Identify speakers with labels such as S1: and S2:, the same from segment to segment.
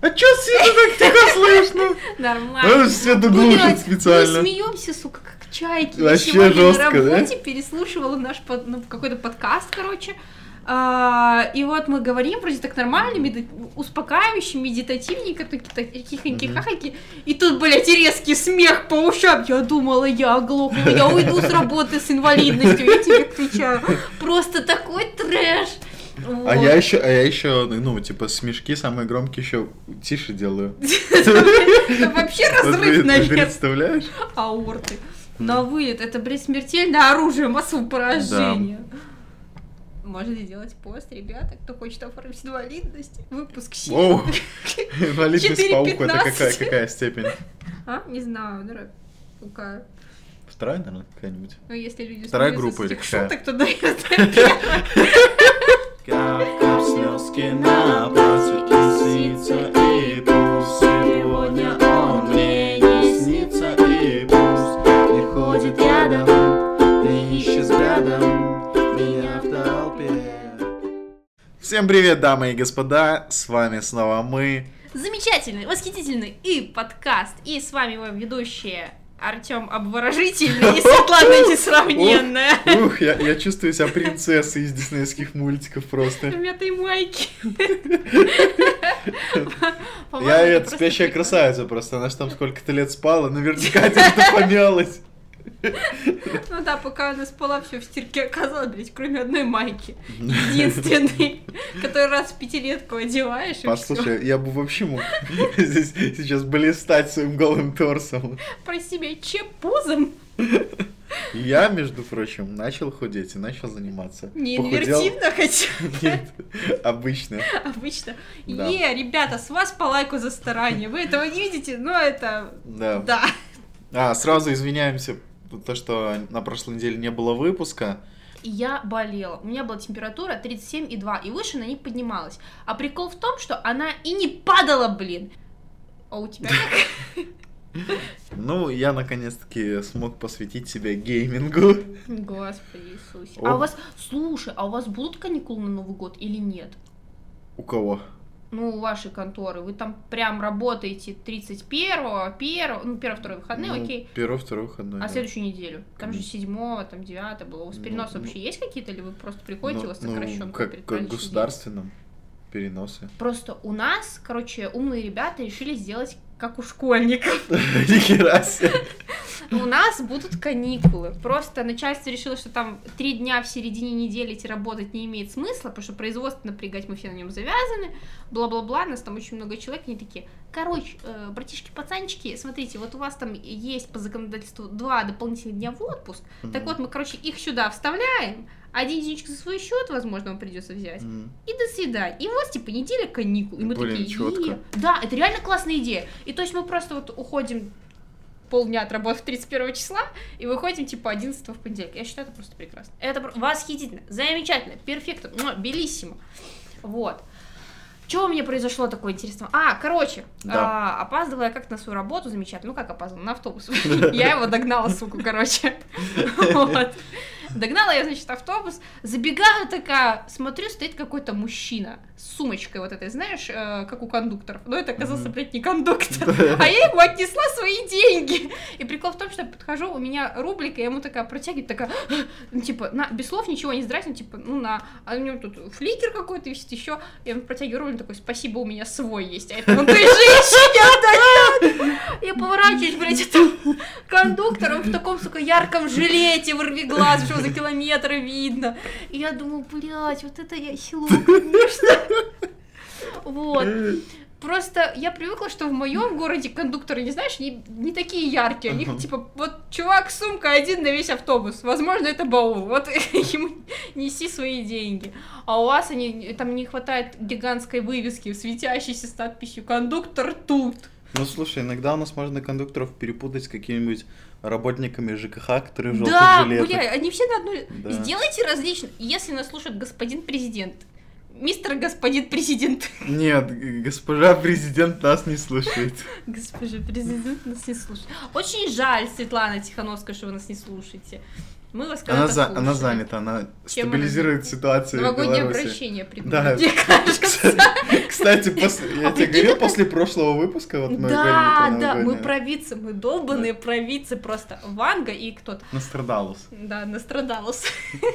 S1: А чё Сида так тихо слышно?
S2: Нормально.
S1: Он все
S2: Блядь,
S1: глушит
S2: Мы
S1: специально.
S2: смеемся, сука, как чайки.
S1: Вообще
S2: Я сегодня
S1: жестко,
S2: на работе переслушивала наш под- ну, какой-то подкаст, короче. А, и вот мы говорим вроде так нормально, меди- успокаивающе, медитативненько, такие хихоньки
S1: Мгм.
S2: хахоньки И тут, блядь, и резкий смех по ушам. Я думала, я оглохла, я уйду с работы с инвалидностью, я тебе отвечаю. Просто такой трэш.
S1: А
S2: Вот.
S1: я еще, а я еще, ну, типа, смешки самые громкие еще тише делаю.
S2: Это вообще
S1: Вот
S2: разрыв
S1: ты-
S2: на
S1: ты Представляешь?
S2: аорты. На вылет это, блядь, смертельное оружие массового поражения. Можете делать пост, ребята, кто хочет оформить инвалидность. Выпуск щит.
S1: Оу. Инвалидность
S2: 4.15.
S1: пауку, это какая, какая степень?
S2: А? Не знаю, наверное, какая.
S1: Вторая, наверное, какая-нибудь.
S2: Ну, если люди
S1: Вторая
S2: смеются
S1: группа
S2: с
S1: или
S2: этих
S1: какая?
S2: шуток, то да, это первая.
S3: Кап-кап слезки на платье лисица и пусть Сегодня он мне не снится и пусть Не ходит рядом, не ищет взглядом Меня в толпе
S1: Всем привет, дамы и господа, с вами снова мы.
S2: Замечательный, восхитительный и подкаст. И с вами его ведущие Артем Обворожительный и Светлана Несравненная.
S1: Ух, я, я чувствую себя принцессой из диснейских мультиков просто.
S2: Мятой майки. По-моему,
S1: Я это,
S2: просто
S1: спящая
S2: прикольно.
S1: красавица просто, она же там сколько-то лет спала, наверняка одежда помялась.
S2: Ну да, пока она спала, все в стирке оказалось, блядь, кроме одной майки. Единственной, которую раз в пятилетку одеваешь, и все.
S1: Послушай, я бы вообще мог здесь сейчас блистать своим голым торсом.
S2: Прости меня, чепузом?
S1: Я, между прочим, начал худеть и начал заниматься.
S2: Не
S1: Похудел?
S2: инвертивно, хотя
S1: Нет, обычно.
S2: обычно.
S1: Да.
S2: Е, ребята, с вас по лайку за старание. Вы этого не видите, но это...
S1: Да.
S2: Да.
S1: А, сразу извиняемся, то, что на прошлой неделе не было выпуска.
S2: И Я болела. У меня была температура 37,2 и выше она не поднималась. А прикол в том, что она и не падала, блин. А у тебя как?
S1: Ну, я наконец-таки смог посвятить себя геймингу.
S2: Господи Иисусе.
S1: О.
S2: А у вас, слушай, а у вас будут каникулы на Новый год или нет?
S1: У кого?
S2: Ну, у вашей конторы. Вы там прям работаете 31-го, 1 ну, 1-2 выходные,
S1: Ну,
S2: окей.
S1: Первый, второй выходной.
S2: А
S1: да.
S2: следующую неделю? Там же
S1: Мгм.
S2: 7 там 9 было. У вас
S1: Ну,
S2: переносы
S1: ну.
S2: вообще есть какие-то, или вы просто приходите, у вас
S1: Ну, ну,
S2: сокращенка
S1: как,
S2: перед
S1: как
S2: праздничным днем?
S1: государственном переносы.
S2: Просто у нас, короче, умные ребята решили сделать как у школьников.
S1: Ни хера себе.
S2: У нас будут каникулы. Просто начальство решило, что там три дня в середине недели идти работать не имеет смысла, потому что производство напрягать мы все на нем завязаны, бла-бла-бла, нас там очень много человек, они такие, короче, э, братишки-пацанчики, смотрите, вот у вас там есть по законодательству два дополнительных дня в отпуск, так вот мы, короче, их сюда вставляем, один денечек за свой счет, возможно, вам придется взять,
S1: Мгм.
S2: и до свидания. И вот, типа, неделя каникул. И мы
S1: Блин,
S2: такие,
S1: чётко.
S2: «Е». Да, это реально классная идея. И то есть мы просто вот уходим полдня от работы 31 числа и выходим, типа, 11 в понедельник. Я считаю, это просто прекрасно. Это про- восхитительно, замечательно, перфектно, муа, белиссимо. Вот. Что у меня произошло такое интересного? А, короче,
S1: Да.
S2: а, опаздывала я как-то на свою работу, замечательно. Ну, как опаздывала? На автобус. Я его догнала, суку, короче. Вот. Догнала я, значит, автобус, забегаю такая, смотрю, стоит какой-то мужчина с сумочкой вот этой, знаешь, э, как у кондукторов. Но это оказался,
S1: Мгм.
S2: блядь, не кондуктор, а я ему отнесла свои деньги. И прикол в том, что я подхожу, у меня рублика, я ему такая протягиваю, такая, ну, типа, на, без слов ничего не здрасте, ну, типа, ну, на, а у него тут фликер какой-то висит еще, я ему протягиваю рубль, он такой, спасибо, у меня свой есть, а это ну ты женщине отдаёт!» Я поворачиваюсь, блядь, это кондуктор, он в таком, сука, ярком жилете, вырви глаз, что за километры видно. И я думаю, блядь, вот это я хилу, конечно. Вот. Просто я привыкла, что в моем городе кондукторы, не знаешь, не, не такие яркие. У них
S1: Мгм.
S2: типа вот чувак, сумка один на весь автобус. Возможно, это баул. Вот ему неси свои деньги. А у вас они там не хватает гигантской вывески, светящейся с надписью Кондуктор тут.
S1: Ну слушай, иногда у нас можно кондукторов перепутать с какими-нибудь работниками ЖКХ, которые в желтых
S2: Да,
S1: жилетах.
S2: бля, они все на одной.
S1: Да.
S2: Сделайте различно. Если нас слушает господин президент. Мистер господин президент.
S1: Нет, г- госпожа президент нас не слушает.
S2: Госпожа президент нас не слушает. Очень жаль, Светлана Тихановская, что вы нас не слушаете. Мыло с
S1: Она,
S2: когда-то
S1: за-
S2: хуже.
S1: она занята, она
S2: Чем
S1: стабилизирует
S2: она-
S1: ситуацию в
S2: Новогоднее
S1: Беларуси.
S2: обращение
S1: Да.
S2: придумали, мне кажется.
S1: Кстати, после, я
S2: А
S1: тебе
S2: прикинь,
S1: говорил,
S2: как-
S1: после прошлого выпуска, вот мы
S2: Да,
S1: говорили про
S2: да, мы
S1: новогоднее.
S2: провидцы, мы долбанные провидцы просто. Ванга и кто-то.
S1: Нострадалус. А
S2: Да, настрадалась.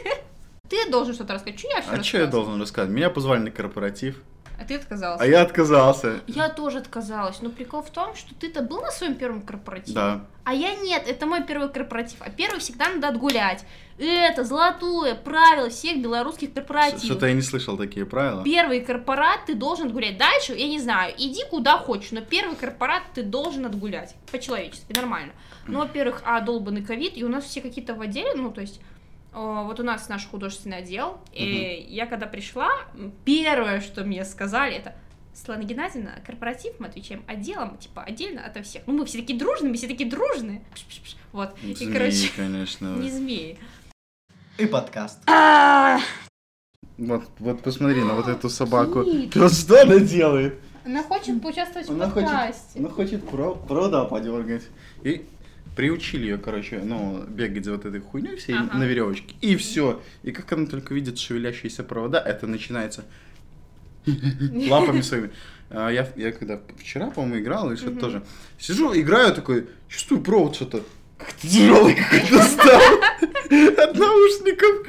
S2: Ты должен что-то рассказать. Чё я всё
S1: А что я
S2: рассказываю?
S1: должен рассказать? Меня позвали на корпоратив,
S2: А ты отказалась.
S1: а я отказался.
S2: Я тоже отказалась, но прикол в том, что ты-то был на своем первом корпоративе,
S1: Да.
S2: а я нет, это мой первый корпоратив, а первый всегда надо отгулять. Это золотое правило всех белорусских
S1: Ш-
S2: корпоративов.
S1: Что-то я не слышал такие правила.
S2: Первый корпорат ты должен отгулять. Дальше, я не знаю, иди куда хочешь, но первый корпорат ты должен отгулять. По-человечески, нормально. Ну, во-первых, а, долбанный ковид, и у нас все какие-то в отделе, ну, то есть... э, Вот у нас наш художественный отдел, и я когда пришла, м, первое, что мне сказали, это Светлана Геннадьевна, корпоратив мы отвечаем отделом, типа отдельно ото всех. Ну мы все такие дружные, мы все такие дружные. Пш-пш-пш. Вот. И,
S1: Змеи,
S2: короче,
S1: конечно.
S2: не змеи.
S3: И подкаст.
S1: Вот, вот посмотри на вот эту собаку.
S2: Кит.
S1: Пёс, что она делает?
S2: Она хочет поучаствовать
S1: Она
S2: в
S1: хочет- ну.
S2: подкасте.
S1: Она хочет про- провода подергать. И приучили ее, короче, ну, бегать за вот этой хуйней всей
S2: Ага.
S1: на веревочке. И все. И как она только видит шевелящиеся провода, это начинается лапами своими. А Я, я когда вчера, по-моему, играл, и что-то
S2: Мгм.
S1: тоже. Сижу, играю, такой, чувствую провод что-то. Как-то тяжелый какой-то стал. От наушников.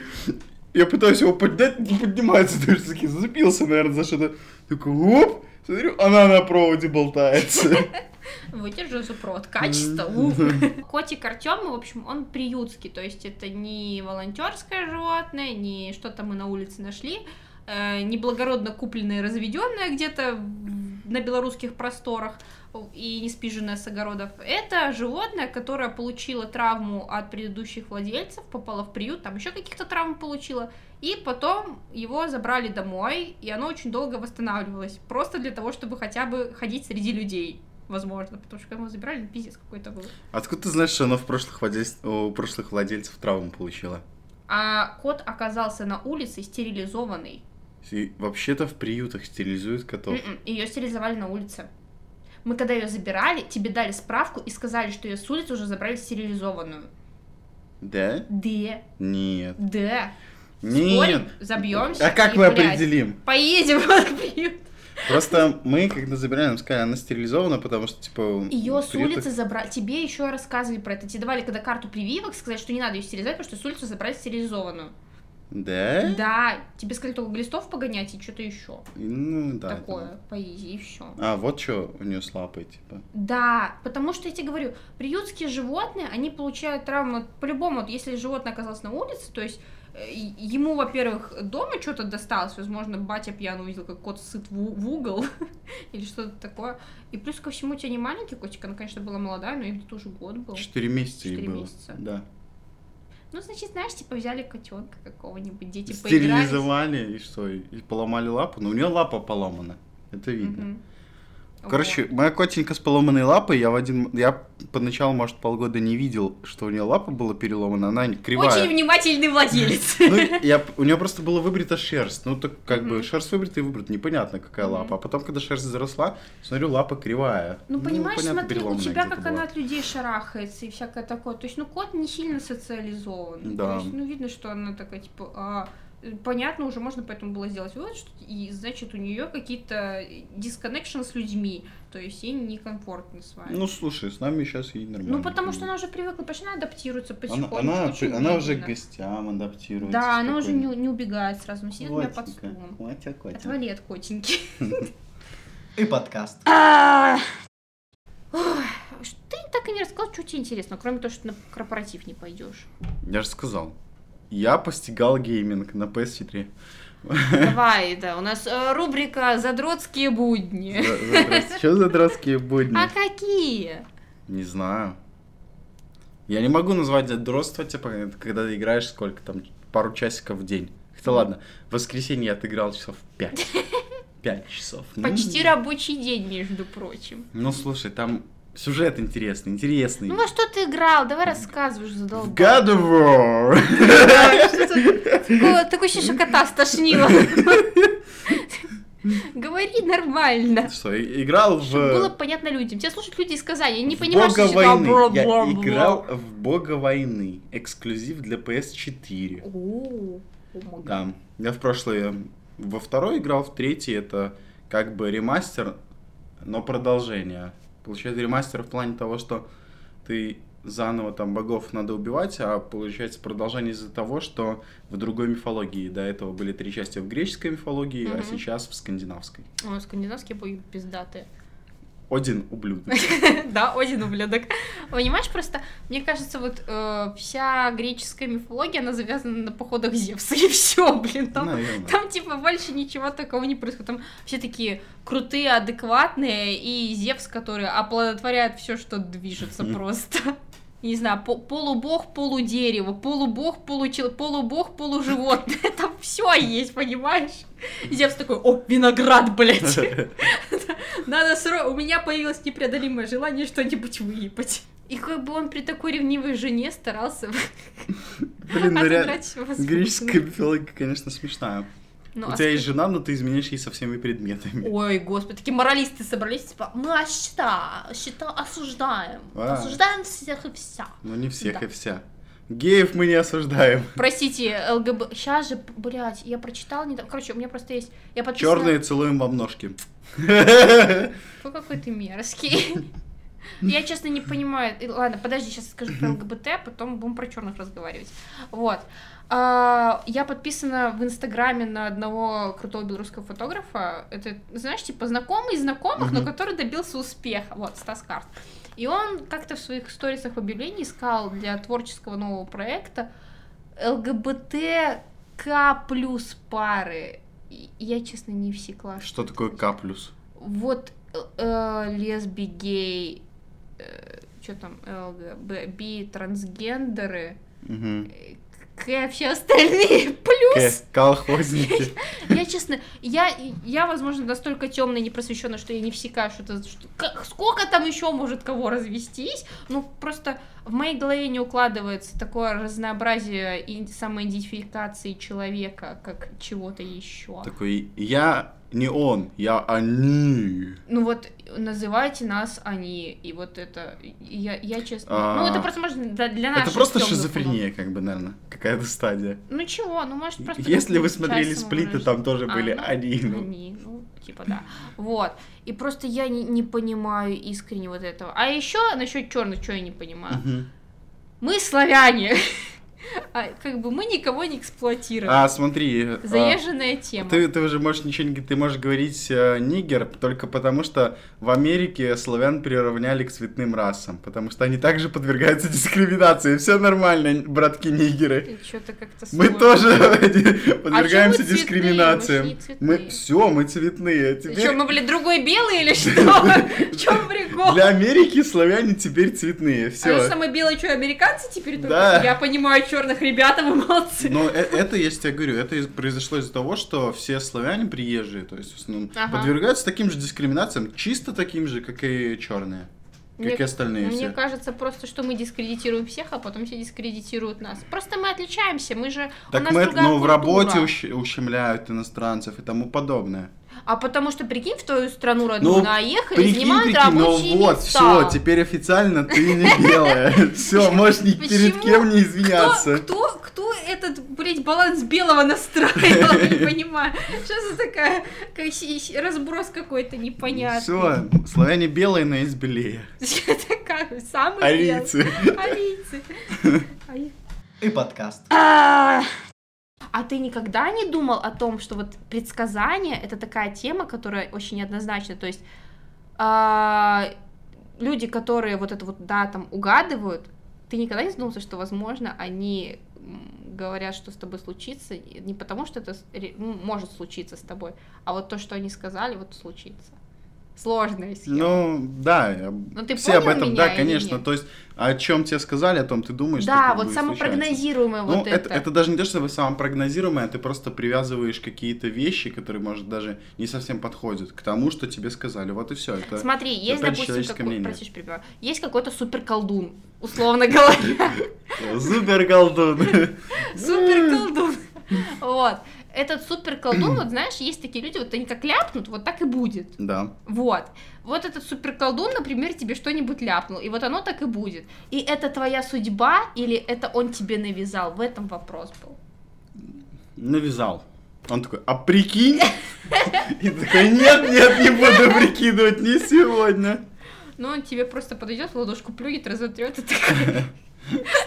S1: Я пытаюсь его поднять, не поднимается, то есть таки зацепился, наверное, за что-то. Такой, оп, смотрю, она на проводе болтается.
S2: Выдержу за провод. Качество.
S1: Мгм.
S2: уф. Котик Артем, в общем, он приютский. То есть это не волонтерское животное, не что-то мы на улице нашли, э, не благородно купленное, разведенное где-то в- на белорусских просторах и не спиженное с огородов. Это животное, которое получило травму от предыдущих владельцев, попало в приют, там еще каких-то травм получило, и потом его забрали домой, и оно очень долго восстанавливалось, просто для того, чтобы хотя бы ходить среди людей, возможно, потому что когда мы его забирали, ну, пиздец какой-то был.
S1: Откуда ты знаешь, что она в прошлых владельц- у прошлых владельцев травму получила?
S2: А кот оказался на улице стерилизованный.
S1: И вообще-то в приютах стерилизуют котов.
S2: Ее стерилизовали на улице. Мы когда ее забирали, тебе дали справку и сказали, что ее с улицы уже забрали стерилизованную.
S1: Да?
S2: Да,
S1: Нет.
S2: да.
S1: Нет.
S2: забьемся.
S1: А как
S2: и,
S1: мы
S2: блядь,
S1: определим?
S2: Поедем в приют.
S1: Просто мы, когда забирали, нам сказали, она стерилизована, потому что, типа...
S2: Ее
S1: в
S2: с
S1: приютах-
S2: улицы забрали. Тебе еще рассказывали про это. Тебе давали, когда карту прививок, сказать, что не надо ее стерилизовать, потому что с улицы забрали стерилизованную.
S1: Да?
S2: Да, тебе сказали только глистов погонять и что-то еще.
S1: Ну, да.
S2: Такое, поези, и все.
S1: да. А, вот что у нее с лапой, типа.
S2: Да, потому что я тебе говорю, приютские животные, они получают травму по-любому, вот если животное оказалось на улице, то есть э, и- ему, во-первых, дома что-то досталось, возможно, батя пьяно увидел, как кот сыт в, у- в угол или что-то такое. И плюс ко всему, у тебя не маленький котик, она, конечно, была молодая, но ей где-то уже год был.
S1: Четыре месяца ей
S2: Четыре
S1: было.
S2: месяца.
S1: Да.
S2: Ну, значит, знаешь, типа взяли котенка какого-нибудь, дети поиграли.
S1: Стерилизовали, и что? И поломали лапу. Но у нее лапа поломана. Это видно.
S2: Мгм.
S1: Короче, моя котенька с поломанной лапой, я в один... Я поначалу, может, полгода не видел, что у нее лапа была переломана, она не-
S2: Вот.
S1: кривая.
S2: Очень внимательный владелец.
S1: Ну, я, у нее просто была выбрита шерсть. Ну, так как бы
S2: Мгм.
S1: шерсть выбрита и выбрита, непонятно, какая
S2: Мгм.
S1: лапа. А потом, когда шерсть заросла, смотрю, лапа кривая.
S2: Ну, понимаешь,
S1: понятно,
S2: смотри, у
S1: переломная
S2: тебя
S1: где-то
S2: как
S1: была.
S2: она от людей шарахается и всякое такое. То есть, ну, кот не сильно социализован.
S1: Да.
S2: То есть, ну, видно, что она такая, типа, а, э, понятно, уже можно поэтому было сделать вывод, что, и, значит, у нее какие-то дисконнекшн с людьми. То есть, ей некомфортно с вами.
S1: Ну, слушай, с нами сейчас ей нормально.
S2: Ну, потому что она уже привыкла, потому что она адаптируется
S1: Она,
S2: потихоньку.
S1: она,
S2: очень
S1: она уже к
S2: медленно.
S1: гостям адаптируется.
S2: Да, она уже не,
S1: спокойно.
S2: не убегает сразу, сидит у меня под
S1: Котенька,
S2: стулом.
S1: котя, котя.
S2: Отвали от котеньки.
S3: И подкаст.
S2: Ш- Ты так и не рассказал, что тебе интересно, кроме того, что на корпоратив не пойдешь.
S1: Я же сказал. Я постигал гейминг на PS4.
S2: Давай, да, у нас э, рубрика «Задротские будни».
S1: Что за дурацкие будни?
S2: А какие?
S1: Не знаю. Я не могу назвать задротство, типа, это когда ты играешь сколько там, пару часиков в день. Хотя ладно, в воскресенье я отыграл часов 5. 5 часов. Ну,
S2: Почти рабочий день, между прочим.
S1: Ну, слушай, там сюжет интересный, интересный.
S2: Ну во что ты играл? Давай рассказывай, уже
S1: В
S2: задолбал.
S1: God of War!
S2: Да, что-то Такое такое ощущение, что кота стошнило. Говори нормально.
S1: Что, и- играл в...
S2: Чтобы было понятно людям. Тебя слушают люди из Казани, они не
S1: в
S2: понимают,
S1: Бога
S2: что ты сказал
S1: войны.
S2: бла-бла-бла.
S1: Я играл в Бога войны. Эксклюзив для PS4.
S2: О, о май гад.
S1: Да. Я в прошлое во второй играл, в третий это как бы ремастер, но продолжение. Получается ремастер в плане того, что ты заново там богов надо убивать, а получается продолжение из-за того, что в другой мифологии. До этого были три части в греческой мифологии, а
S2: Мгм.
S1: сейчас в скандинавской.
S2: О, скандинавские боги пиздатые.
S1: Один ублюдок.
S2: Да, один ублюдок. Понимаешь, просто, мне кажется, вот э, вся греческая мифология, она завязана на походах Зевса, и все, блин, там
S1: Наверное.
S2: Там, типа, больше ничего такого не происходит. Там все такие крутые, адекватные, и Зевс, который оплодотворяет все, что движется
S1: Мгм.
S2: просто. Не знаю, по- полубог, полудерево, полубог, получил, полубог, полуживотное. Там все есть, понимаешь? Зевс такой, о, виноград, блядь. Надо сро... У меня появилось непреодолимое желание что-нибудь выебать. И как бы он при такой ревнивой жене старался А
S1: Блин, ну реально.
S2: отыграть возможно.
S1: Греческая мифология, конечно, смешная.
S2: Ну,
S1: У
S2: а
S1: тебя есть жена, но ты изменяешь ей со всеми предметами.
S2: Ой, господи, такие моралисты собрались, типа, мы а счета, счета осуждаем,
S1: А.
S2: осуждаем всех и вся.
S1: Ну не всех
S2: Да.
S1: и вся. Геев мы не осуждаем.
S2: Простите, ЛГБ, сейчас же, блядь, я прочитала, не так, короче, у меня просто есть, я подписана...
S1: Черные целуем во множки.
S2: Фу, какой ты мерзкий. Я, честно, не понимаю. И Ладно, подожди, сейчас скажу про ЛГБТ, а потом будем про черных разговаривать. Вот. А, Я подписана в Инстаграме на одного крутого белорусского фотографа. Это, знаешь, типа знакомый из знакомых, но
S1: Мгм.
S2: который добился успеха. Вот, Стас Карт. И он как-то в своих сторисах в объявлении искал для творческого нового проекта ЛГБТК плюс пары. И Я, честно, не всекла.
S1: Что такое К плюс?
S2: Вот э, лесби, гей, что там, ЛГБ, би, трансгендеры,
S1: Мгм.
S2: э, к, все остальные, плюс.
S1: К. Колхозники.
S2: Я, честно, я, я, возможно, настолько темная и непросвещенная, что я не всекаю, что это... что- как- сколько там еще может кого развестись? Ну, просто в моей голове не укладывается такое разнообразие и самоидентификации человека, как чего-то еще.
S1: Такой я не он, я они.
S2: Ну вот называйте нас они, и вот это я, я честно.
S1: А.
S2: Ну это просто можно да, для нас.
S1: Это просто шизофрения, как бы, наверное, какая-то стадия.
S2: Ну чего, ну может просто.
S1: Если вы
S2: часть
S1: смотрели сплиты,
S2: самовыражения.
S1: там тоже были
S2: А, ну,
S1: они. ну.
S2: Они, ну типа да. Вот и просто я не, не понимаю искренне вот этого. А еще насчет черных, что я не понимаю.
S1: Мгм.
S2: Мы славяне, А, как бы мы никого не эксплуатируем.
S1: А, смотри. а,
S2: Заезженная тема.
S1: Ты, ты уже можешь ничего не говорить, ты можешь говорить э, нигер только потому, что в Америке славян приравняли к цветным расам, потому что они также подвергаются дискриминации. Все нормально, братки нигеры.
S2: Что-то как-то.
S1: Мы
S2: сложно.
S1: тоже подвергаемся
S2: чё вы А цветные?
S1: дискриминациям.
S2: Мы ж не цветные.
S1: мы все, мы цветные.
S2: Ты
S1: Теперь
S2: чё, мы, блядь, другой белый или что? В чем прикол?
S1: для Америки славяне теперь цветные.
S2: А
S1: Все.
S2: что, мы белые, что, американцы теперь только?
S1: Да.
S2: Я понимаю, черных ребята, вы молодцы.
S1: Но э- это, я же тебе говорю, это из- произошло из-за того, что все славяне приезжие, то есть в основном,
S2: Ага.
S1: подвергаются таким же дискриминациям, чисто таким же, как и черные. Как
S2: Мне-
S1: и остальные
S2: Мне
S1: все.
S2: кажется просто, что мы дискредитируем всех, а потом все дискредитируют нас. Просто мы отличаемся, мы же... у
S1: Так
S2: нас
S1: мы это-
S2: другая
S1: но в
S2: культура.
S1: работе ущ- ущемляют иностранцев и тому подобное.
S2: А потому что, прикинь, в твою страну родную
S1: Ну,
S2: наехали,
S1: Прикинь,
S2: занимают
S1: прикинь, ну
S2: рабочие
S1: вот,
S2: места.
S1: все, теперь официально ты не белая. Все, можешь ни перед
S2: Почему?
S1: кем не
S2: кто,
S1: извиняться.
S2: кто, кто этот, блядь, баланс белого настраивал, я не понимаю. Что за такая как си- си- разброс какой-то непонятный.
S1: Все, славяне белые, но есть белее.
S2: Это как? Самый белый.
S1: Арийцы.
S2: Арийцы. Ай.
S3: И подкаст.
S2: А А ты никогда не думал о том, что вот предсказание это такая тема, которая очень неоднозначна. То есть а, люди, которые вот это вот да там угадывают, ты никогда не задумался, что возможно они м, говорят, что с тобой случится, и не потому что это с- ре- ну, может случиться с тобой, а вот то, что они сказали, вот случится. Сложная схема.
S1: Ну, да, я-
S2: Ну, ты
S1: все об
S2: понял
S1: этом,
S2: меня
S1: да,
S2: или
S1: конечно.
S2: нет?
S1: То есть, о чем тебе сказали, о том ты думаешь,
S2: да,
S1: такое
S2: вот
S1: будет случаться.
S2: самопрогнозируемое
S1: Ну,
S2: вот
S1: это, это даже не то, чтобы самопрогнозируемое, ты просто привязываешь какие-то вещи, которые, может, даже не совсем подходят к тому, что тебе сказали. Вот и все. Это...
S2: Смотри, есть,
S1: опять
S2: допустим,
S1: человеческое
S2: какой...
S1: мнение.
S2: прости, что перебиваю. есть какой-то суперколдун, условно говоря.
S1: Супер колдун.
S2: Суперколдун. Вот. этот супер колдун, вот знаешь, есть такие люди, вот они как ляпнут, вот так и будет.
S1: Да.
S2: Вот. Вот этот суперколдун, например, тебе что-нибудь ляпнул, и вот оно так и будет. И это твоя судьба, или это он тебе навязал? В этом вопрос был.
S1: Навязал. Он такой, а прикинь? И такой, нет, нет, не буду прикидывать, не сегодня.
S2: Но Ну, он тебе просто подойдет, в ладошку плюнет, разотрет и такой,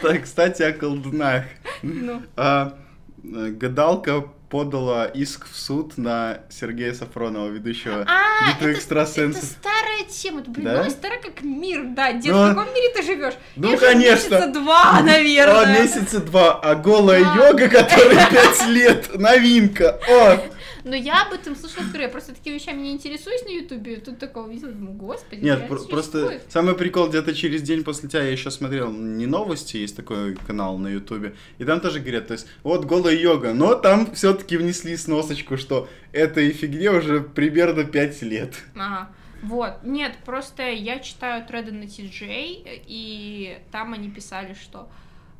S1: Кста- Кстати, о колдунах.
S2: ну.
S1: А, э, Гадалка подала иск в суд на Сергея Сафронова, ведущего
S2: А,
S1: битвы
S2: это- Это
S1: экстрасенсов.
S2: старая тема, это, блин,
S1: Да?
S2: ну, старая как мир, да, дед,
S1: Ну,
S2: в каком мире ты живешь?
S1: ну, конечно. Ну,
S2: месяца два, наверное.
S1: О, месяца два, а голая
S2: Да.
S1: йога, которой пять лет, новинка, о!
S2: Но я об этом слышала впервые, я просто такими вещами не интересуюсь на ютубе, тут такого видела, думаю, господи,
S1: Нет,
S2: реально
S1: про- просто
S2: существует.
S1: самый прикол, где-то через день после тебя я еще смотрел не новости, есть такой канал на ютубе, и там тоже говорят, то есть, вот голая йога, но там все-таки внесли сносочку, что этой фигне уже примерно пять лет.
S2: Ага. Вот, нет, просто я читаю треды на TJ, и там они писали, что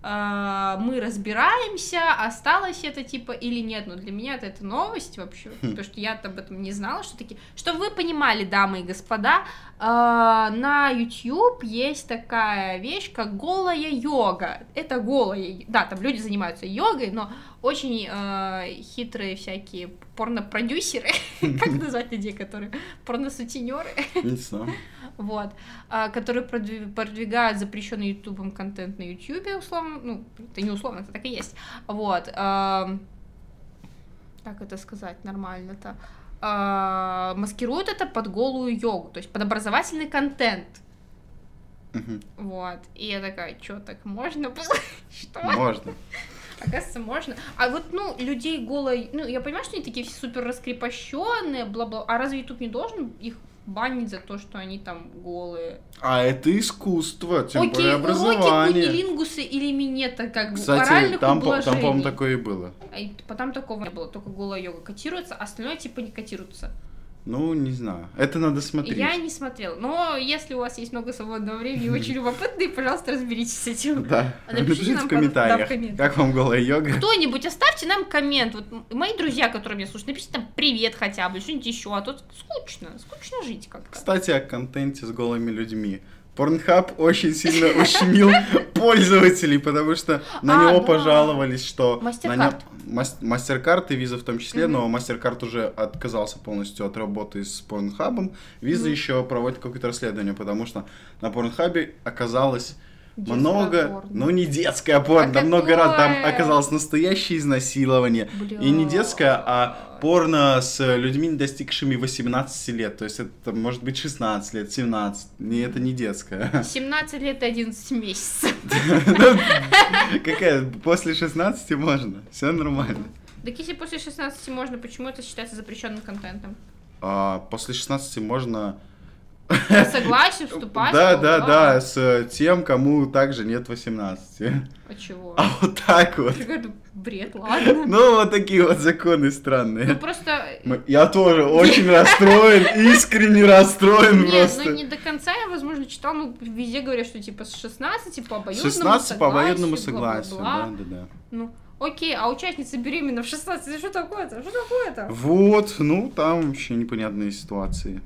S2: э, мы разбираемся, осталось это типа или нет. Но для меня это, это новость вообще,
S1: Хм.
S2: потому что я об этом не знала, что такие. Чтобы вы понимали, дамы и господа, э, на YouTube есть такая вещь, как голая йога. Это голая, й- да, там люди занимаются йогой, но очень э, хитрые всякие порнопродюсеры, как назвать людей, которые порносутенеры,
S1: Не знаю.
S2: вот, а, которые продви- продвигают запрещенный ютубом контент на ютубе, условно, ну, это не условно, это так и есть, вот, ам, как это сказать нормально-то, А, маскируют это под голую йогу, то есть под образовательный контент,
S1: Мгм.
S2: вот, и я такая, что так можно было, что?
S1: Можно.
S2: Оказывается, можно. А вот, ну, людей голой... Ну, я понимаю, что они такие все супер раскрепощенные, бла-бла. А разве YouTube не должен их банить за то, что они там голые?
S1: А это искусство, тем более
S2: уроки
S1: образование.
S2: кунилингусы или минета, как бы,
S1: Кстати,
S2: оральных
S1: там, по- там,
S2: ублажений.
S1: по-моему, такое и было.
S2: А и по- там такого не было, только голая йога котируется, а остальное типа не котируется.
S1: Ну, не знаю. Это надо смотреть.
S2: Я не смотрела, но если у вас есть много свободного времени, вы очень любопытные, пожалуйста, разберитесь с этим.
S1: Да.
S2: А напишите
S1: Напишите
S2: нам
S1: в
S2: под- да, в
S1: комментариях,
S2: комментариях.
S1: как вам голая йога.
S2: Кто-нибудь оставьте нам коммент. Вот м- мои друзья, которые меня слушают, напишите там привет хотя бы, что-нибудь еще, а то скучно, скучно жить как-то.
S1: Кстати, о контенте с голыми людьми. Порнхаб очень сильно ущемил пользователей, потому что на
S2: А,
S1: него
S2: да.
S1: пожаловались, что... на нем-
S2: Мастеркард.
S1: мас- Мастеркард и Виза в том числе,
S2: Мгм.
S1: но Мастеркард уже отказался полностью от работы с Порнхабом. Виза
S2: Мгм.
S1: еще проводит какое-то расследование, потому что на Порнхабе оказалось
S2: Детское
S1: много,
S2: порно.
S1: ну не детское порно,
S2: А
S1: там много раз там
S2: какое?
S1: оказалось настоящее изнасилование.
S2: Бля.
S1: ну, И не детское, а порно с э, людьми, не достигшими 18 лет. То есть это там, может быть 16 лет, 17. Не, это не детское.
S2: 17 лет и 11 месяцев.
S1: Ну, Какая? После 16 можно. Все нормально.
S2: Так если после 16 можно, почему это считается запрещенным контентом?
S1: А, После 16 можно...
S2: По согласию вступать?
S1: Да,
S2: в-
S1: да, да, с э, тем, кому также нет 18.
S2: А чего?
S1: А вот так вот.
S2: Это какой-то бред, ладно.
S1: Ну, вот такие вот законы странные.
S2: Ну просто...
S1: Мы- Я тоже очень расстроен, искренне расстроен
S2: Нет,
S1: просто.
S2: ну не до конца я, возможно, читал, ну везде говорят, что типа с 16 по обоюдному
S1: 16 по обоюдному согласию,
S2: бла-бла-бла.
S1: да, да,
S2: Ну, окей, а участница беременна в 16, это что такое-то? Что такое-то?
S1: да. Вот, ну там вообще непонятные ситуации.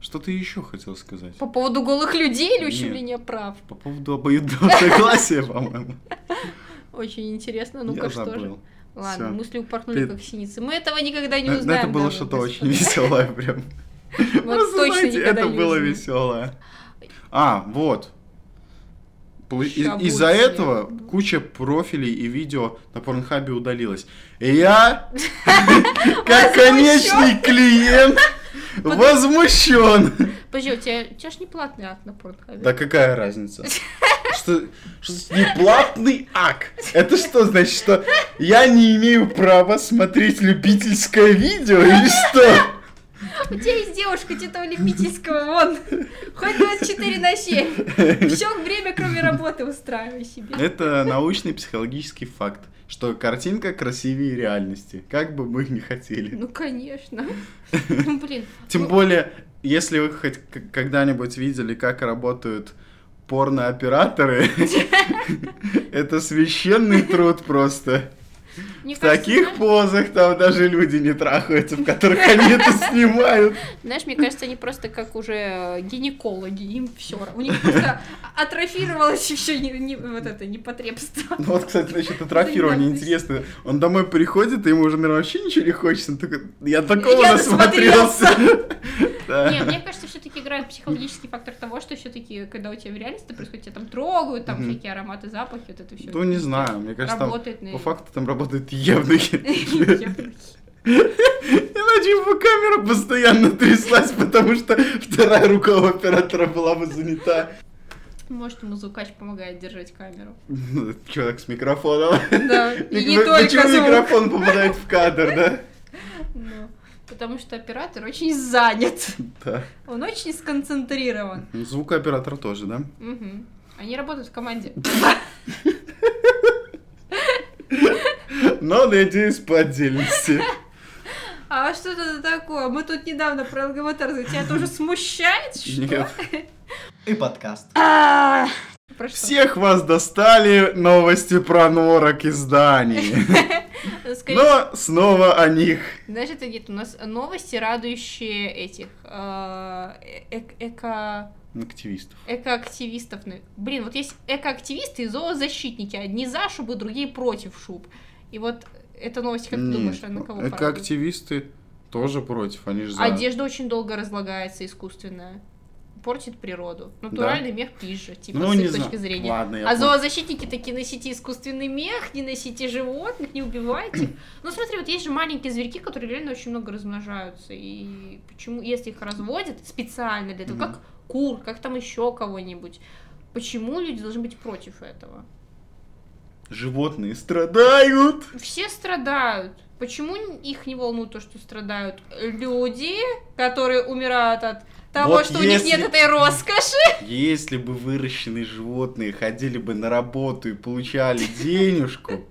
S1: Что ты еще хотел сказать?
S2: По поводу голых людей или
S1: Нет.
S2: ущемления прав?
S1: По поводу обоюдного согласия, по-моему.
S2: Очень интересно,
S1: Я
S2: ну-ка что же.
S1: забыл.
S2: Ладно,
S1: Всё.
S2: мысли упорхнули
S1: Ты-
S2: как синицы. Мы этого никогда не
S1: Э,
S2: узнаем.
S1: Это было
S2: дамы и
S1: что-то очень
S2: господа.
S1: веселое прям.
S2: Вот
S1: Просто,
S2: точно
S1: знаете,
S2: никогда
S1: это
S2: не
S1: было
S2: узнаем.
S1: веселое. А, вот. Пл- и-
S2: Ща
S1: Из-за
S2: будет смех.
S1: этого куча профилей и видео на Порнхабе удалилось. И я, как конечный клиент, возмущен.
S2: Подожди, у тебя, у тебя ж не платный акт на Порнхабе.
S1: Да какая разница? Что, что с- неплатный акт? Это что значит, что я не имею права смотреть любительское видео или что?
S2: А У тебя есть девушка от этого любительского, вон. Хоть 24 на 7. Все время, кроме работы, устраивай себе.
S1: Это научный психологический факт, что картинка красивее реальности, как бы мы не хотели.
S2: Ну, конечно. Ну, блин.
S1: Тем более, если вы хоть к- когда-нибудь видели, как работают порнооператоры, это священный труд просто.
S2: Мне
S1: В
S2: кажется,
S1: таких
S2: знаешь-
S1: позах там даже люди не трахаются, в которых они это снимают.
S2: Знаешь, мне кажется, они просто как уже гинекологи, им все. У них просто атрофировалось еще не, не- вот это непотребство.
S1: Ну вот, кстати, насчет атрофирования
S2: Да,
S1: интересно. Он домой приходит, и ему уже, наверное, вообще ничего не хочется. Он такой, я такого
S2: Я
S1: насмотрелся. Да.
S2: Не, мне кажется, все-таки играет психологический фактор того, что все-таки, когда у тебя в реальности происходит, тебя там трогают, там
S1: Мгм.
S2: всякие ароматы, запахи, вот это все.
S1: Ну, не знаю, мне кажется, там
S2: Работает на
S1: по факту там работают евнухи.
S2: Ебать.
S1: Иначе бы камера постоянно тряслась, потому что вторая рука у оператора была бы занята.
S2: Может, ему звукач помогает держать камеру.
S1: Ну, Человек с микрофоном.
S2: Да, и не
S1: Мик-
S2: только
S1: Почему
S2: звук.
S1: микрофон попадает в кадр, да?
S2: Ну, Потому что оператор очень занят.
S1: Да.
S2: Он очень сконцентрирован.
S1: Ну, Звукооператор тоже, да?
S2: Мгм. Они работают в команде.
S1: Но, надеюсь, по отдельности.
S2: А что это такое? Мы тут недавно про ЛГБТ разговаривали. Тебя это уже смущает? что ли?
S1: Нет.
S3: и подкаст.
S2: А, Про что?
S1: Всех вас достали новости про норок изданий.
S2: Скорее
S1: Но снова о них.
S2: Ну, Знаешь, это нет, у нас новости, радующие этих э, э- эко
S1: Активистов.
S2: экоактивистов. Ну, Блин, вот есть экоактивисты и зоозащитники. Одни за шубы, другие против шуб. И вот эта новость, как ты думаешь, она кого порадует?
S1: Экоактивисты ну, тоже против, они же за.
S2: Одежда очень долго разлагается искусственная. Портит природу. Натуральный мех пизже, типа,
S1: Ну,
S2: с
S1: не
S2: их
S1: знаю.
S2: точки зрения.
S1: Ладно, я
S2: А
S1: понял.
S2: зоозащитники такие, носите искусственный мех, не носите животных, не убивайте. Ну смотри, вот есть же маленькие зверьки, которые реально очень много размножаются. И почему, если их разводят специально для этого,
S1: Мгм.
S2: как кур, как там еще кого-нибудь, почему люди должны быть против этого?
S1: Животные страдают.
S2: Все страдают. Почему их не волнует то, что страдают люди, которые умирают от того,
S1: Вот
S2: что у
S1: если-
S2: них нет этой роскоши?
S1: Если бы выращенные животные ходили бы на работу и получали денежку,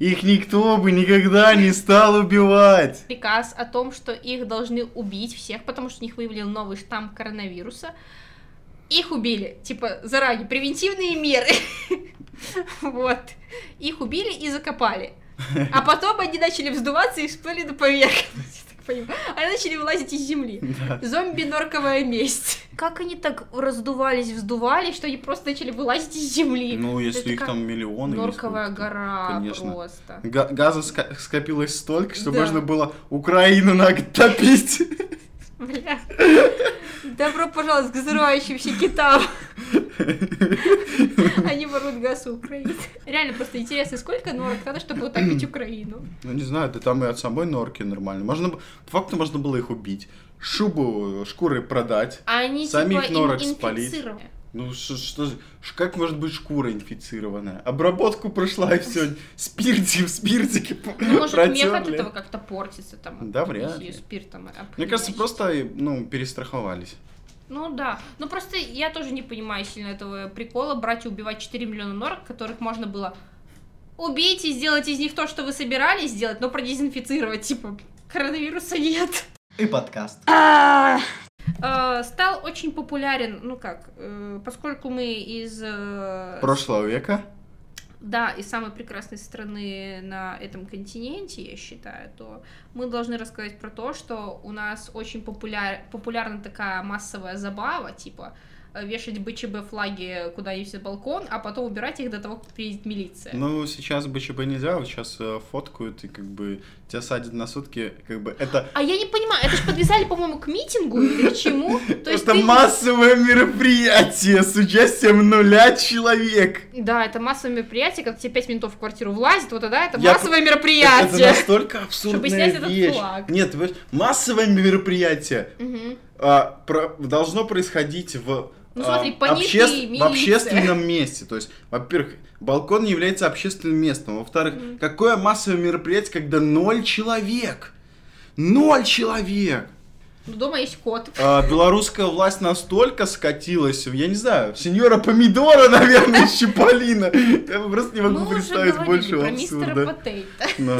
S1: их никто бы никогда не стал убивать.
S2: Приказ о том, что их должны убить всех, потому что у них выявили новый штамм коронавируса. Их убили, типа, заранее, превентивные меры. Вот. Их убили и закопали. А потом они начали вздуваться и всплыли на поверхность. я так понимаю. Они начали вылазить из земли.
S1: Да.
S2: Зомби-норковая месть. Как они так раздувались, вздувались, что они просто начали вылазить из земли?
S1: Ну,
S2: Это
S1: если их
S2: как
S1: там миллионы. или
S2: Норковая
S1: сколько-то.
S2: гора
S1: конечно.
S2: просто.
S1: Га- Газа ска- скопилось столько, что
S2: Да.
S1: можно было Украину на- топить.
S2: Бля. Добро пожаловать к взрывающимся китам. Они ворут газ у Украины. Реально просто интересно, сколько норок надо, чтобы утопить Украину?
S1: Ну, не знаю, да там и от самой норки нормально. Можно, б- по факту можно было их убить. Шубу, шкуры продать.
S2: А они
S1: Самих
S2: типа ин-
S1: норок спалить.
S2: инфицированы.
S1: Ну, ш- что, же- ш- как может быть шкура инфицированная? Обработку прошла и все. Спирти, спиртики п-
S2: Ну, может, мех от
S1: протерли.
S2: этого как-то портится там.
S1: Да,
S2: от
S1: вряд
S2: её
S1: ли.
S2: спиртом
S1: Мне кажется,
S2: обхренячить.
S1: просто, ну, перестраховались.
S2: Ну да. Ну просто я тоже не понимаю сильно этого прикола брать и убивать 4 миллиона норок, которых можно было убить и сделать из них то, что вы собирались сделать, но продезинфицировать, типа, коронавируса нет.
S3: И подкаст.
S2: Э, Стал очень популярен, ну как, э, поскольку мы из... э,
S1: Прошлого века.
S2: Да, из самой прекрасной страны на этом континенте, я считаю, то мы должны рассказать про то, что у нас очень популяр... популярна такая массовая забава, типа э, вешать БЧБ флаги куда-нибудь на балкон, а потом убирать их до того, как приедет милиция.
S1: Ну, сейчас БЧБ нельзя, вот сейчас э, фоткают и как бы тебя садят на сутки, как бы это...
S2: А я не понимаю, это же подвязали, по-моему, к митингу или к чему? То есть
S1: это
S2: ты-
S1: массовое мероприятие с участием нуля человек.
S2: Да, это массовое мероприятие, когда тебе 5 минут в квартиру влазит, вот тогда это
S1: Я
S2: массовое
S1: Это
S2: мероприятие.
S1: настолько абсурдная
S2: снять этот
S1: вещь.
S2: флаг.
S1: Нет, ты понимаешь, массовое мероприятие
S2: Мгм.
S1: а, про- должно происходить в,
S2: Ну,
S1: а,
S2: смотри, понятые,
S1: в
S2: милиция.
S1: общественном месте. То есть, во-первых, балкон не является общественным местом. Во-вторых,
S2: Мгм.
S1: какое массовое мероприятие, когда ноль человек? Ноль человек!
S2: Ну, дома есть кот.
S1: А, белорусская власть настолько скатилась, в- я не знаю, сеньора Помидора, наверное, Щеполина. Я просто не могу
S2: Мы Ну, уже
S1: представить
S2: говорили
S1: большего
S2: про мистера
S1: абсурда.
S2: Потейта.
S1: Да.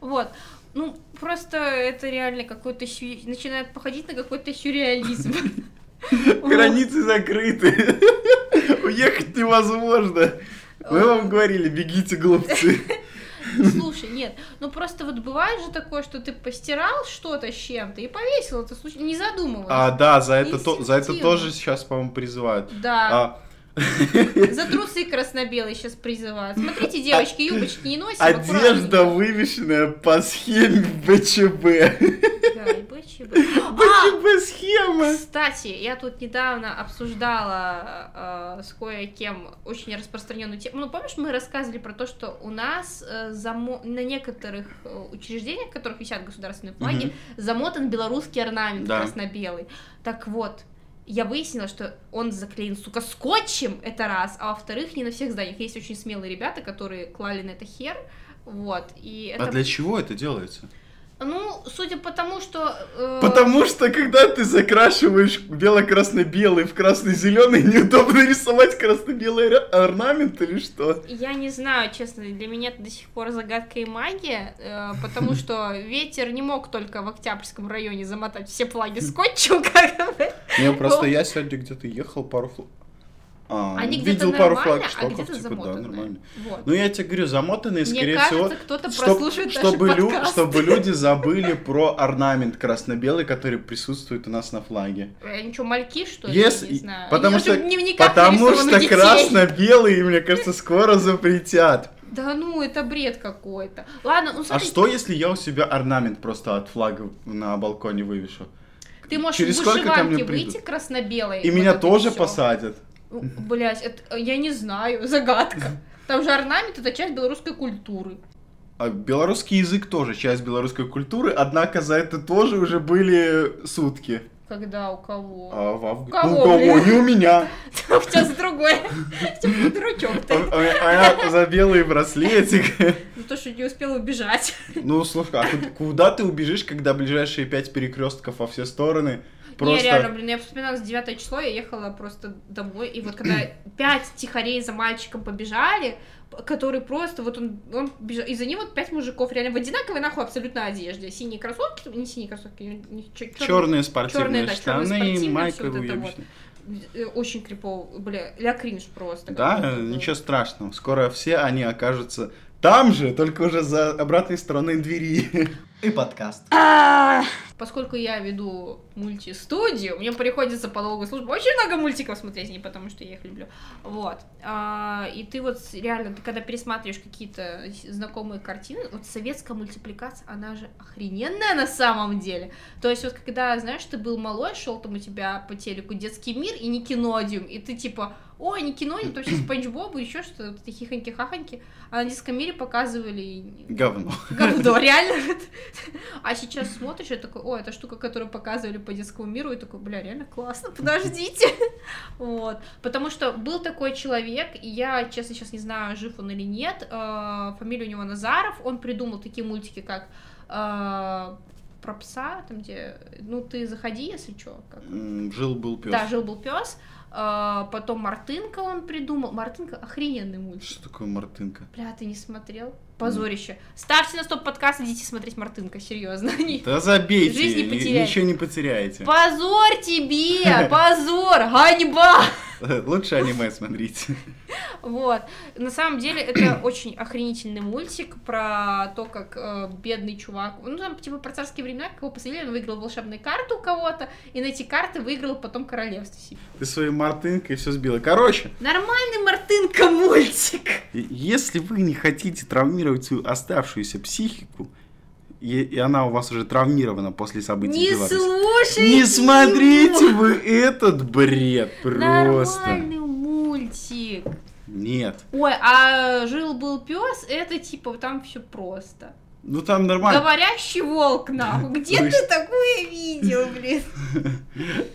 S2: Вот. Ну, просто это реально какой-то сю- начинает походить на какой-то сюрреализм.
S1: Границы закрыты. Уехать невозможно. Мы вам говорили, бегите, глупцы.
S2: Вот. Слушай, слушай, нет, ну просто вот бывает же такое, что ты постирал что-то с чем-то и повесил это, случай- не задумываясь.
S1: А, да, за это, то- за это
S2: Инстинктивно.
S1: тоже сейчас, по-моему, призывают.
S2: Да,
S1: А,
S2: за трусы красно-белые сейчас призывают. Смотрите, девочки, юбочки не носим. а
S1: одежда,
S2: аккуратненько.
S1: вывешенная по схеме БЧБ.
S2: Да, и БЧБ. А,
S1: БЧБ-схема.
S2: Кстати, я тут недавно обсуждала э, с кое-кем очень распространенную тему. Ну, помнишь, мы рассказывали про то, что у нас э, замо- на некоторых э, учреждениях, в которых висят государственные флаги,
S1: Мгм.
S2: замотан белорусский орнамент
S1: Да.
S2: красно-белый. Так вот, я выяснила, что он заклеен, сука, скотчем, это раз, а во-вторых, не на всех зданиях. Есть очень смелые ребята, которые клали на это хер, вот, и это...
S1: А для чего это делается?
S2: Ну, судя по тому, что... э,
S1: Потому что когда ты закрашиваешь бело-красно-белый в красно-зеленый, неудобно рисовать красно-белый ор- орнамент или что?
S2: Я не знаю, честно, для меня это до сих пор загадка и магия, э, потому что ветер не мог только в Октябрьском районе замотать все флаги скотчем, как бы.
S1: Не,
S2: просто
S1: я сегодня где-то ехал пару а,
S2: Они где-то нормально, а где-то замотаны. Вот.
S1: типа, Ну я тебе говорю, замотанные,
S2: Мне
S1: скорее всего,
S2: кажется, кто-то прослушает наши
S1: чтобы, лю-
S2: подкасты.
S1: чтобы люди забыли про орнамент красно-белый, который присутствует у нас на флаге.
S2: Э, Они что, мальки, что ли?
S1: Если-
S2: Я не знаю.
S1: потому
S2: Они
S1: что-
S2: уже в дневниках
S1: Потому
S2: нарисованы
S1: что
S2: детей.
S1: красно-белый, мне кажется, скоро запретят.
S2: Да ну, это бред какой-то. Ладно, ну
S1: А
S2: смотри,
S1: что, если я у себя орнамент просто от флага на балконе вывешу?
S2: ты можешь
S1: через
S2: в
S1: сколько ко мне
S2: вышиванке
S1: придут?
S2: выйти красно-белой.
S1: И
S2: вот
S1: меня
S2: это
S1: тоже
S2: всё.
S1: посадят.
S2: Ну, Блядь, это, я не знаю, загадка. Там же орнамент это часть белорусской культуры.
S1: А белорусский язык тоже часть белорусской культуры, однако за это тоже уже были сутки.
S2: Когда у кого?
S1: А в августе.
S2: Кого,
S1: Ну, у кого?
S2: блин?
S1: Не у меня.
S2: У тебя за другое. У тебя дурачок
S1: А-
S2: ты.
S1: а- а я за белый браслетик.
S2: За Ну, то, что не успел убежать.
S1: Ну, слушай, а куда, куда ты убежишь, когда ближайшие пять перекрестков во все стороны? Просто...
S2: Не, реально, блин, я вспоминала с 9 число, я ехала просто домой, и вот когда пять тихарей за мальчиком побежали, п- который просто, вот он, он бежал, и за ним вот пять мужиков, реально в одинаковой нахуй абсолютно одежде. Синие кроссовки, не синие кроссовки, не- не- чё- чёрные.
S1: Черные спортивные
S2: Чёрные, да,
S1: штаны,
S2: чёрные спортивные,
S1: майка
S2: всё вот это
S1: уебищная.
S2: Э, Очень крипово, бля, ля кринж просто.
S1: Да,
S2: какой-то
S1: э,
S2: был.
S1: ничего страшного. Скоро все они окажутся там же, только уже за обратной стороной двери.
S3: И подкаст.
S2: Поскольку я веду мультистудию, мне приходится по долгой службе очень много мультиков смотреть, не потому что я их люблю. Вот. А, и ты вот с- реально, ты когда пересматриваешь какие-то с- знакомые картины, вот советская мультипликация, она же охрененная на самом деле. То есть вот когда, знаешь, ты был малой, шел там у тебя по телеку детский мир и Никинодиум, и ты типа, ой, Никинодиум, то вообще Спанч Боб и еще что-то, вот эти хихоньки-хахоньки, а на детском мире показывали
S1: Говно.
S2: Говно, реально. А сейчас смотришь, я такой, о, это штука, которую показывали по детскому миру, и такой, бля, реально классно, подождите. Вот, потому что был такой человек, и я, честно, сейчас не знаю, жив он или нет, э, фамилия у него Назаров, он придумал такие мультики, как э, про пса, там где, ну, ты заходи, если что, как
S1: М, Жил-был пес.
S2: да, жил-был пес. Э, Потом Мартынка он придумал. Мартынка охрененный мультик.
S1: Что такое мартынка?
S2: Бля, ты не смотрел? Позорище. Ставьте на стоп подкаст, идите смотреть Мартынка, серьезно. Не-
S1: Да забейте,
S2: Жизнь не
S1: ни-
S2: потеряете.
S1: ничего не потеряете.
S2: Позор тебе! Позор! Ганьба!
S1: Э, Лучше аниме смотрите.
S2: Вот. На самом деле, это очень охренительный мультик про то, как э, бедный чувак... Ну, там, типа, про царские времена, как его посадили, он выиграл волшебные карты у кого-то, и на эти карты выиграл потом королевство себе.
S1: Ты своей мартынкой все сбила. Короче,
S2: Нормальный Мартынка мультик!
S1: И- Если вы не хотите травмировать свою оставшуюся психику, и, и она у вас уже травмирована после событий
S2: Не
S1: Беларуси,
S2: слушай!
S1: не
S2: его!
S1: смотрите вы этот бред просто.
S2: Нормальный мультик.
S1: Нет.
S2: Ой, а жил был пес, это типа там все просто.
S1: Ну там нормально.
S2: Говорящий волк, нахуй. Где
S1: Слышь.
S2: ты такое видел, блин?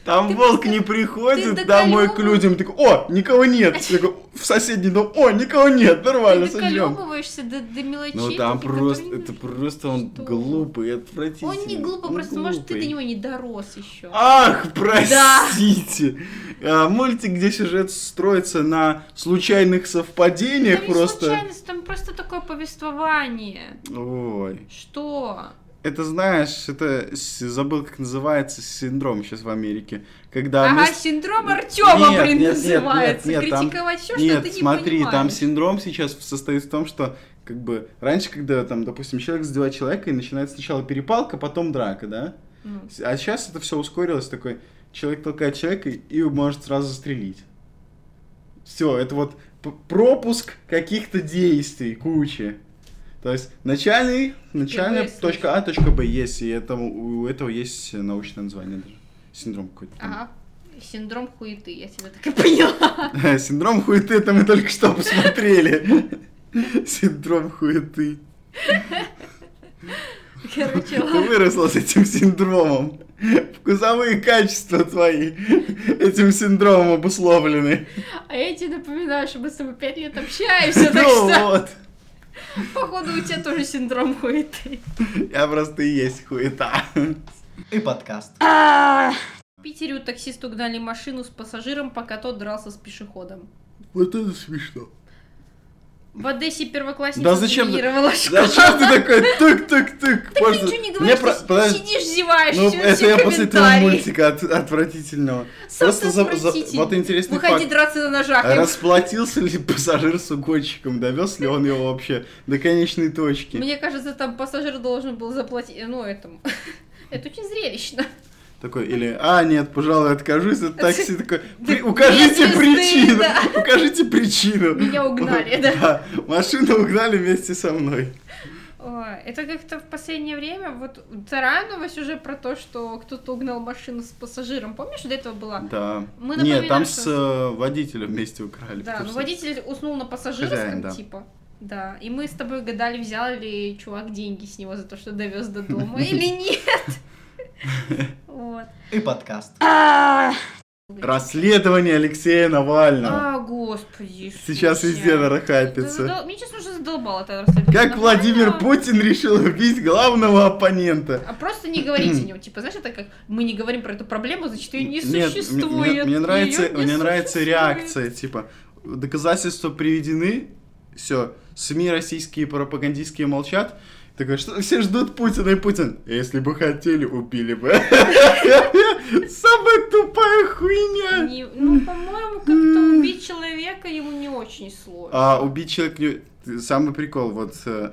S1: Там
S2: Ты
S1: волк
S2: просто-
S1: не приходит
S2: ты
S1: домой к
S2: доколёбан.
S1: людям. Такой, о, никого нет. Такой, в соседний дом, о, никого нет. Нормально,
S2: Ты
S1: сожжем.
S2: доколебываешься до, до мелочей.
S1: Ну там
S2: таких,
S1: просто,
S2: которые не
S1: это
S2: нужны.
S1: просто он
S2: Что?
S1: глупый, отвратительный.
S2: Он не глупый,
S1: Он
S2: просто, может, ты
S1: глупый. А
S2: до него не дорос еще.
S1: Ах, простите. А, мультик, где сюжет строится на случайных совпадениях
S2: там не
S1: просто.
S2: случайность, там просто такое повествование.
S1: Ой.
S2: Что?
S1: Это знаешь, это с- забыл, как называется синдром сейчас в Америке. Когда
S2: ага,
S1: вместо-
S2: синдром Артема,
S1: Нет, нет,
S2: блин,
S1: нет,
S2: называется.
S1: нет, нет, там-
S2: Критиковать все, что
S1: Нет,
S2: ты не
S1: смотри, там
S2: понимаешь.
S1: синдром сейчас состоит в том, что как бы раньше, когда там, допустим, человек задевает человека, и начинается сначала перепалка, потом драка, да?
S2: Ну,
S1: С- А сейчас это все ускорилось, такой человек толкает человека и- и может сразу застрелить. Все, это вот п- пропуск каких-то действий, кучи. То есть начальный, начальная
S2: есть
S1: точка А, точка Б есть, и этому, у этого есть научное название даже. Синдром какой-то. там.
S2: Ага. Синдром хуеты, я тебя так и поняла.
S1: Синдром хуеты, это мы только что посмотрели. Синдром хуеты.
S2: Короче,
S1: Ты
S2: ладно.
S1: выросла с этим синдромом. Вкусовые качества твои этим синдромом обусловлены.
S2: А я тебе напоминаю, что мы с тобой пять лет общаемся, так
S1: Ну
S2: что,
S1: вот,
S2: походу, у тебя тоже синдром хуеты.
S1: я просто и есть хуета.
S3: И подкаст.
S2: В Питере у таксиста угнали машину с пассажиром, пока тот дрался с пешеходом.
S1: Вот это смешно.
S2: В Одессе первоклассница
S1: Да зачем ты-
S2: заминировала школу.
S1: Зачем ты такой тук-тук-тук?
S2: Так ты ничего не говоришь, ты си- сидишь, зеваешь,
S1: Ну,
S2: все,
S1: это
S2: все
S1: я после этого
S2: комментарии.
S1: мультика от- отвратительного.
S2: Сам
S1: Просто
S2: ты
S1: за- за-
S2: отвратитель.
S1: вот интересный
S2: Выходи
S1: факт.
S2: драться на ножах.
S1: А Расплатился ли пассажир с угонщиком? Довез ли он его вообще до конечной точки?
S2: Мне кажется, там пассажир должен был заплатить, э, ну, этому. Это очень зрелищно.
S1: Такой, или, а, нет, пожалуй, откажусь от такси. Такой, «При-
S2: Да без
S1: укажите
S2: звезды,
S1: причину,
S2: да.
S1: укажите причину.
S2: Меня угнали, да.
S1: машину угнали вместе со мной.
S2: Ой, Это как-то в последнее время, вот Таранова уже про то, что кто-то угнал машину с пассажиром. Помнишь, до этого была?
S1: Да.
S2: А, Мы
S1: Нет,
S2: напоминаем,
S1: там
S2: что-
S1: с э, водителем вместе украли.
S2: Да,
S1: потому
S2: ну
S1: что-
S2: водитель уснул на
S1: Хозяин,
S2: пассажирском,
S1: да.
S2: типа. Да, и мы с тобой гадали, взял ли чувак деньги с него за то, что довез до дома или нет. Вот.
S3: И подкаст.
S1: Расследование Алексея Навального.
S2: А, господи.
S1: Сейчас
S2: слушай.
S1: везде
S2: Да
S1: нарахапится.
S2: задол- Меня сейчас уже задолбало это расследование. Ну,
S1: Как Владимир
S2: Нормально.
S1: Путин решил убить главного оппонента?
S2: А просто не говорите о нем. Типа, знаешь, это как мы не говорим про эту проблему, значит, ее не
S1: Нет, мне-
S2: существует.
S1: Мне, мне нравится,
S2: Её не
S1: мне нравится
S2: существует.
S1: реакция, типа, доказательства приведены, все, СМИ российские пропагандистские молчат, такой, что все ждут Путина и Путин. Если бы хотели, убили бы. Самая тупая хуйня.
S2: Не- ну, по-моему, как-то убить человека ему не очень сложно.
S1: А убить человека... не- Самый прикол, вот э,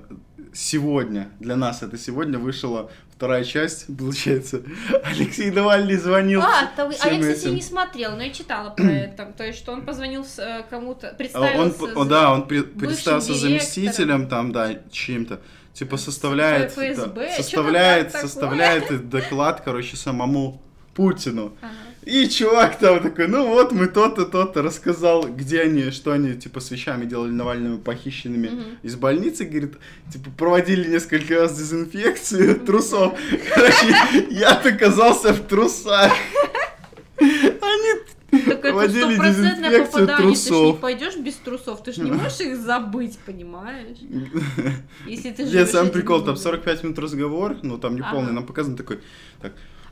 S1: сегодня, для нас это сегодня вышла вторая часть, получается. Алексей Навальный звонил.
S2: А, то вы- а я,
S1: всем
S2: кстати,
S1: этим.
S2: не смотрела, но я читала про это. То есть, что он позвонил с, э, кому-то,
S1: А Он,
S2: представился.
S1: п- о, да, он при-
S2: бывшим
S1: представился
S2: директором.
S1: заместителем, там, да, чем-то. Типа составляет,
S2: ФСБ,
S1: да,
S2: чё-то там
S1: составляет,
S2: такое.
S1: составляет этот доклад, короче, самому Путину.
S2: Ага.
S1: И чувак там такой, ну вот мы то-то, то-то рассказал, где они, что они, типа, с вещами делали Навальными похищенными
S2: Мгм.
S1: из больницы, говорит, типа, проводили несколько раз дезинфекцию трусов. Короче, я оказался в трусах. Они
S2: Так это
S1: Проводили
S2: стопроцентное
S1: дезинфекцию
S2: попадание. Ты ж
S1: трусов.
S2: не пойдешь без трусов, ты ж не можешь их забыть, понимаешь? Если ты
S1: Нет,
S2: живёшь
S1: сам
S2: этим
S1: прикол, там
S2: людям.
S1: 45 минут разговор, ну там не
S2: Ага.
S1: полный, нам показан такой.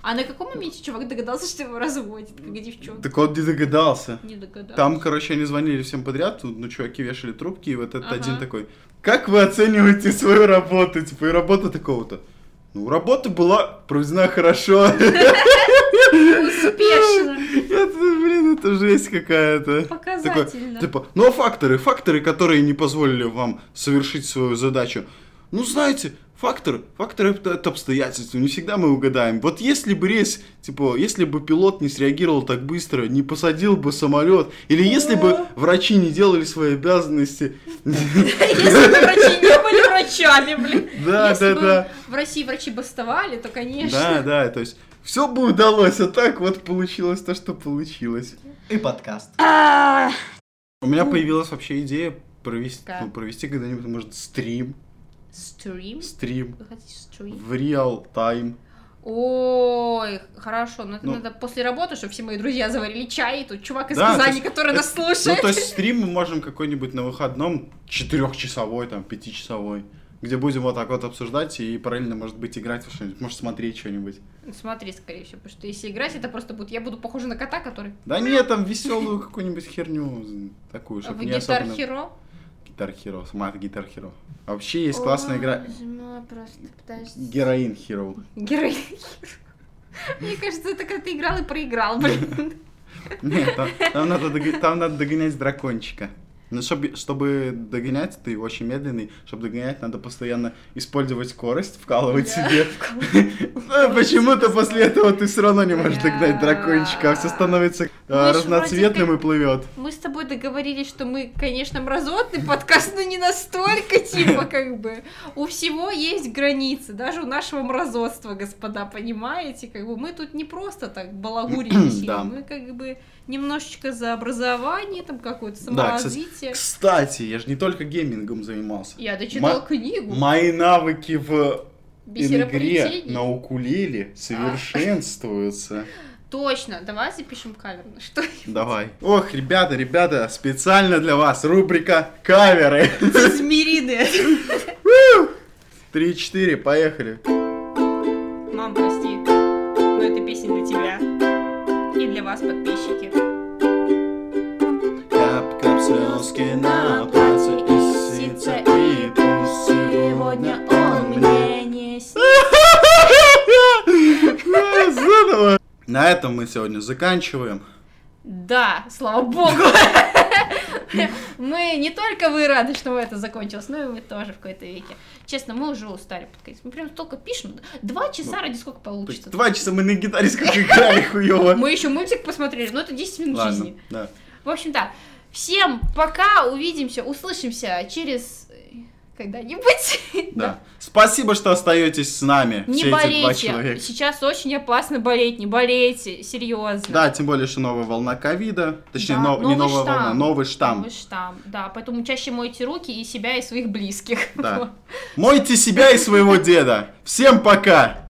S2: А на каком моменте чувак догадался, что его разводит, как девчонка?
S1: Так он не догадался.
S2: Не догадался.
S1: Там, короче, они звонили всем подряд, ну, ну, чуваки вешали трубки, и вот этот
S2: Ага.
S1: один такой, как вы оцениваете свою работу? Типа, и работа такого-то. Ну, работа была проведена хорошо.
S2: Успешно.
S1: Это, блин, это жесть какая-то.
S2: Показательно.
S1: Типа, ну а факторы, факторы, которые не позволили вам совершить свою задачу. Ну, знаете, фактор, факторы это, это обстоятельства, не всегда мы угадаем. Вот если бы рейс, типа, если бы пилот не среагировал так быстро, не посадил бы самолет, или если бы врачи не делали свои обязанности.
S2: Если бы врачи не были врачами, блин.
S1: Да,
S2: Если
S1: да,
S2: бы
S1: да.
S2: В России врачи бастовали, то,
S1: Да,
S2: конечно.
S1: да, то есть все бы удалось, а так вот получилось то, что получилось.
S3: И подкаст.
S2: А.
S1: У меня появилась вообще идея провести,
S2: Как?
S1: ну, провести когда-нибудь, может, стрим,
S2: Стрим?
S1: стрим
S2: Вы хотите стрим?
S1: в реал тайм.
S2: Ой, хорошо, но это
S1: Ну.
S2: надо после работы, чтобы все мои друзья заварили чай, и тут чувак из
S1: Да, то
S2: Казани,
S1: есть
S2: который нас
S1: Ну,
S2: слушает.
S1: то есть стрим мы можем какой-нибудь на выходном четырехчасовой, там, пятичасовой, где будем вот так вот обсуждать и параллельно, может быть, играть во что-нибудь, может, смотреть что-нибудь.
S2: Ну, Смотри, скорее всего, потому что если играть, это просто будет... Я буду похожа на кота, который...
S1: Да нет, там веселую какую-нибудь херню, такую,
S2: В
S1: чтобы не
S2: Гитар
S1: особенно...
S2: Херо?
S1: Guitar Hero, Smart Guitar Hero. А вообще есть классная игра
S2: Жмела просто, подожди.
S1: Героин Hero.
S2: Герой. Мне кажется, это когда ты играл и проиграл, блин.
S1: Нет, там, там надо, догон- там надо догонять дракончика. Ну, чтобы, чтобы догонять, ты очень медленный, чтобы догонять, надо постоянно использовать скорость, вкалывать
S2: Да.
S1: себе. Ну, Почему-то после этого ты все равно не можешь
S2: Да. Ну,
S1: догнать дракончика, а все становится э,
S2: вроде
S1: разноцветным и
S2: как-
S1: плывет.
S2: Мы с тобой договорились, что мы, конечно, мразотный подкаст, но не настолько, типа, как бы. У всего есть границы, даже у нашего мразотства, господа, понимаете? Как бы мы тут не просто так балагурились,
S1: Да.
S2: мы как бы немножечко за образование, там какое-то
S1: Да, кстати,
S2: саморазвитие.
S1: Кстати, я же не только геймингом занимался.
S2: Я дочитал
S1: Ма-
S2: книгу.
S1: Мои навыки в игре
S2: Бисероплетение.
S1: на
S2: А.
S1: укулеле совершенствуются.
S2: Точно, давай запишем кавер на что
S1: Давай. Ох, ребята, ребята, специально для вас рубрика каверы.
S2: из Мирины.
S1: 3-4, поехали.
S2: Мам, прости, но эта песня для тебя и для вас, подписчики.
S1: Кап-кап слезки на платье из ситца, и пусть сегодня он мне...
S2: не
S1: А, Заново. На этом мы сегодня заканчиваем.
S2: Да, слава богу. Мы не только вы рады, что это закончилось, но и вы тоже в какой-то веке. Честно, мы уже устали подкатить. Мы прям столько пишем. Два часа ради сколько
S1: Ну
S2: получится.
S1: Два часа мы на гитаре как играли, хуёво.
S2: Мы еще мультик посмотрели, но это 10 минут
S1: Ладно,
S2: жизни.
S1: да.
S2: В общем, да. Всем пока, увидимся, услышимся через э, когда-нибудь.
S1: Да. Спасибо, что остаетесь с нами.
S2: Не
S1: все эти два
S2: болейте.
S1: человека.
S2: Сейчас очень опасно болеть. Не болейте, серьезно.
S1: Да, тем более, что новая волна ковида. Точнее,
S2: Да,
S1: но- не
S2: новый
S1: новая
S2: штамм.
S1: волна, новый штамм.
S2: Новый штамм, да. Поэтому чаще мойте руки и себя, и своих близких.
S1: Да. Мойте себя и своего деда. Всем пока!